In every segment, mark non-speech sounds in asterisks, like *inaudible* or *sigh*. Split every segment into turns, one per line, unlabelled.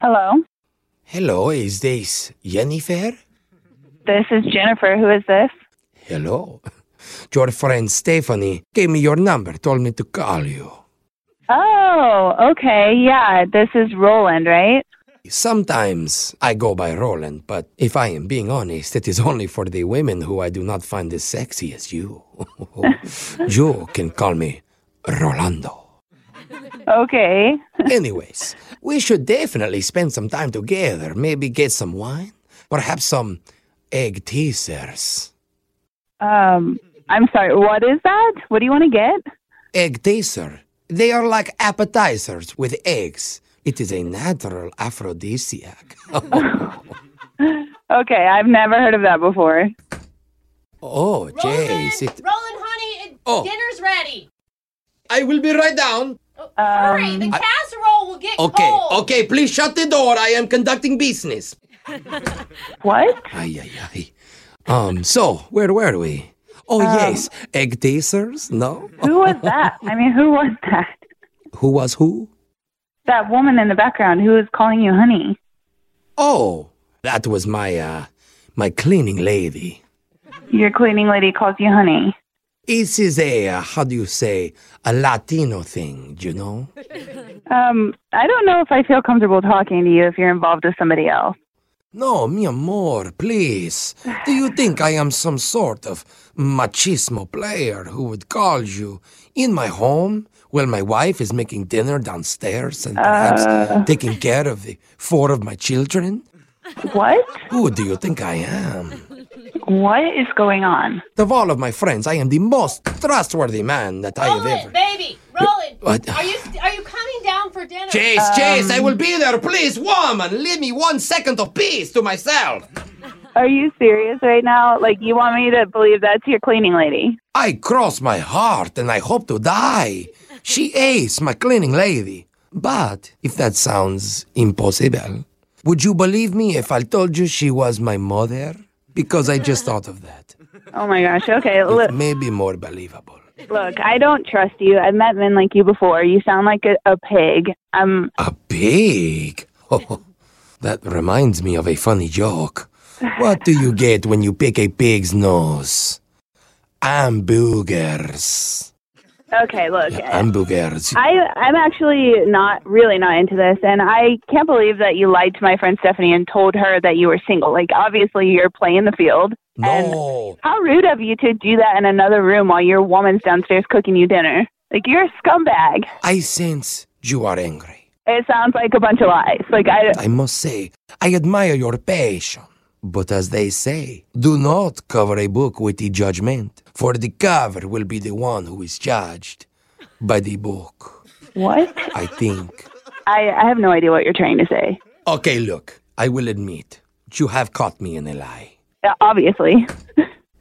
Hello.
Hello, is this Jennifer?
This is Jennifer. Who is this?
Hello. *laughs* Your friend Stephanie gave me your number, told me to call you.
Oh, okay. Yeah, this is Roland, right?
Sometimes I go by Roland, but if I am being honest, it is only for the women who I do not find as sexy as you. *laughs* you can call me Rolando.
Okay.
Anyways, we should definitely spend some time together. Maybe get some wine, perhaps some egg teasers.
Um, I'm sorry. What is that? What do you want to get?
Egg teaser. They are like appetizers with eggs. It is a natural aphrodisiac. *laughs*
Okay, I've never heard of that before.
oh,
Roland,
jeez. It...
Roland, honey, it,
Oh.
dinner's ready.
I will be right down.
Oh, Hurry, the casserole will get
Okay,
cold.
okay, please shut the door. I am conducting business.
What?
Ay, ay, ay. Um, so, where were we? Oh, yes, egg teasers? No?
Who was that? I mean, who was that?
Who was who?
That woman in the background who is calling you honey.
Oh, that was my, uh, my cleaning lady.
Your cleaning lady calls you honey.
This is a, uh, how do you say, a Latino thing, you know?
Um, I don't know if I feel comfortable talking to you if you're involved with somebody else.
No, mi amor, please. Do you think I am some sort of machismo player who would call you in my home while my wife is making dinner downstairs and perhaps taking care of the four of my children?
What?
Who do you think I am?
What is going on?
Of all of my friends, I am the most trustworthy man that I have ever.
Roland, baby, Roland,
What?
are you st- are you coming down for dinner?
Chase, Chase, I will be there, please, woman. Leave me one second of peace to myself.
Are you serious right now? Like, you want me to believe that's your cleaning lady?
I cross my heart and I hope to die. She is my cleaning lady. But if that sounds impossible, would you believe me if I told you she was my mother? Because I just thought of that.
Oh my gosh. Okay, look,
Maybe more believable.
look, I don't trust you. I've met men like you before. You sound like a, a pig. Um,
A pig? Oh, that reminds me of a funny joke. What do you get when you pick a pig's nose? Hamburgers.
okay, look.
Hamburgers.
I, I'm actually not really not into this, and I can't believe that you lied to my friend Stephanie and told her that you were single. Like, obviously, you're playing the field. And
No.
how rude of you to do that in another room while your woman's downstairs cooking you dinner. Like, you're a scumbag.
I sense you are angry.
It sounds like a bunch of lies. Like, I,
I must say, I admire your passion. But as they say, do not cover a book with the judgment, for the cover will be the one who is judged by the book,
what?
I think.
I, I have no idea what you're trying to say.
Okay, look, I will admit, you have caught me in a lie.
Uh, Obviously.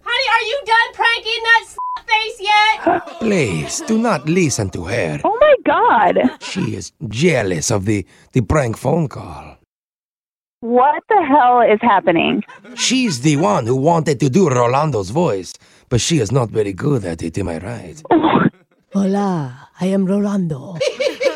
Honey, are you done pranking that s- face yet?
Please do not listen to her.
Oh my God.
She is jealous of the, the prank phone call.
What the hell is happening?
She's the one who wanted to do Rolando's voice, but she is not very good at it, am I right?
Hola, I am Rolando.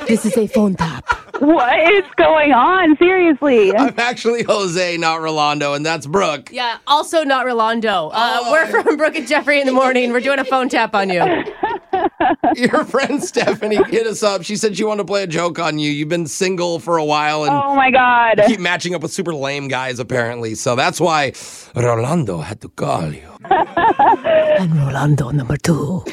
this is a phone tap.
What is going on? Seriously.
I'm actually Jose, not Rolando, and that's Brooke.
Yeah, also not Rolando.
Oh.
Uh, we're from Brooke and Jeffrey in the morning. We're doing a phone tap on you.
Your friend Stephanie hit us up. She said she wanted to play a joke on you. You've been single for a while and
Oh my God.
keep matching up with super lame guys, apparently. So that's why Rolando had to call you.
I'm Rolando number two.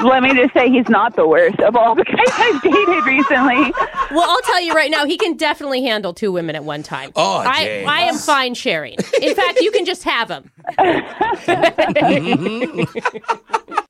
Let me just say he's not the worst of all the guys I've dated recently.
Well, I'll tell you right now, he can definitely handle two women at one time.
Oh,
I,
James.
I am fine sharing. In fact, you can just have him.